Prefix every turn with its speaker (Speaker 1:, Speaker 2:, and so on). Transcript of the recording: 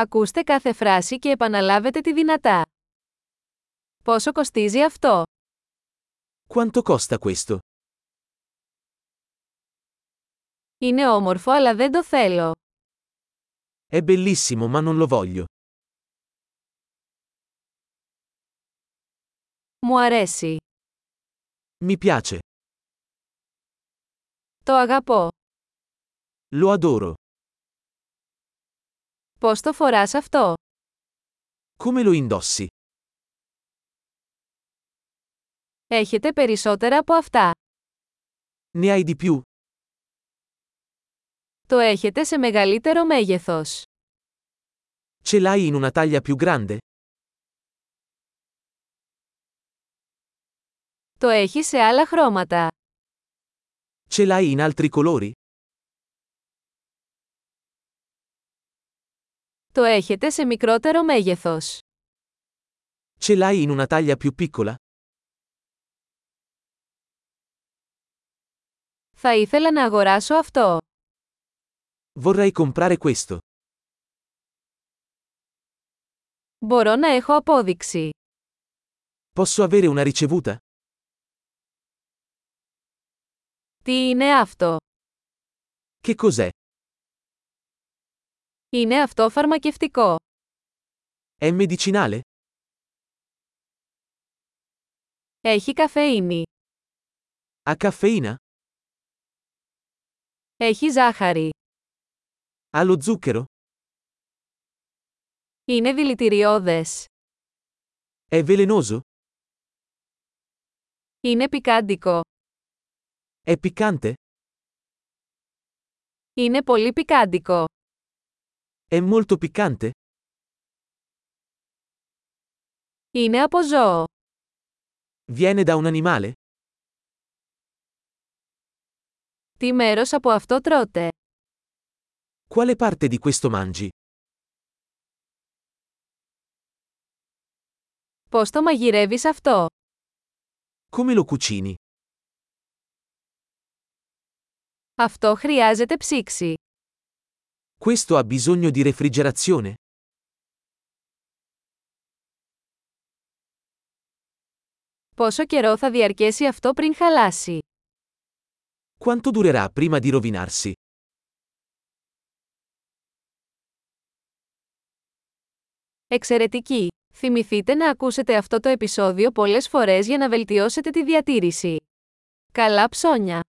Speaker 1: Ακούστε κάθε φράση και επαναλάβετε τη δυνατά. Πόσο κοστίζει αυτό?
Speaker 2: Quanto costa questo?
Speaker 1: Είναι όμορφο αλλά δεν το θέλω.
Speaker 2: È bellissimo ma non lo voglio.
Speaker 1: Μου αρέσει.
Speaker 2: Mi piace.
Speaker 1: Το αγαπώ.
Speaker 2: Lo adoro.
Speaker 1: Πώς το φοράς αυτό?
Speaker 2: Come lo indossi?
Speaker 1: Έχετε περισσότερα από αυτά.
Speaker 2: Ne hai di più?
Speaker 1: Το έχετε σε μεγαλύτερο μέγεθος.
Speaker 2: Ce l'hai in una taglia più grande?
Speaker 1: Το έχει σε άλλα χρώματα.
Speaker 2: Ce l'hai in altri colori?
Speaker 1: Το έχετε σε μικρότερο μέγεθος.
Speaker 2: Ce l'hai in una taglia più piccola?
Speaker 1: Θα ήθελα να αγοράσω αυτό.
Speaker 2: Vorrei comprare questo.
Speaker 1: Μπορώ να έχω απόδειξη.
Speaker 2: Posso avere una ricevuta?
Speaker 1: Τι είναι αυτό?
Speaker 2: Che cos'è?
Speaker 1: Είναι αυτό φαρμακευτικό.
Speaker 2: È medicinale?
Speaker 1: Έχει καφέινη.
Speaker 2: Ha caffeina?
Speaker 1: Έχει ζάχαρη.
Speaker 2: Ha lo zucchero?
Speaker 1: Είναι δηλητηριώδες.
Speaker 2: È velenoso?
Speaker 1: Είναι πικάντικο.
Speaker 2: È piccante?
Speaker 1: Είναι πολύ πικάντικο.
Speaker 2: È molto piccante?
Speaker 1: Είναι από ζώο.
Speaker 2: Viene da un animale?
Speaker 1: Τι μέρος από αυτό τρώτε.
Speaker 2: Quale parte di questo mangi?
Speaker 1: Πώς το μαγειρεύεις αυτό.
Speaker 2: Come lo cucini?
Speaker 1: Αυτό χρειάζεται ψήξη.
Speaker 2: Questo ha bisogno di refrigerazione?
Speaker 1: Πόσο καιρό θα διαρκέσει αυτό πριν χαλάσει.
Speaker 2: Quanto durerà prima di rovinarsi?
Speaker 1: Εξαιρετική! Θυμηθείτε να ακούσετε αυτό το επεισόδιο πολλές φορές για να βελτιώσετε τη διατήρηση. Καλά ψώνια!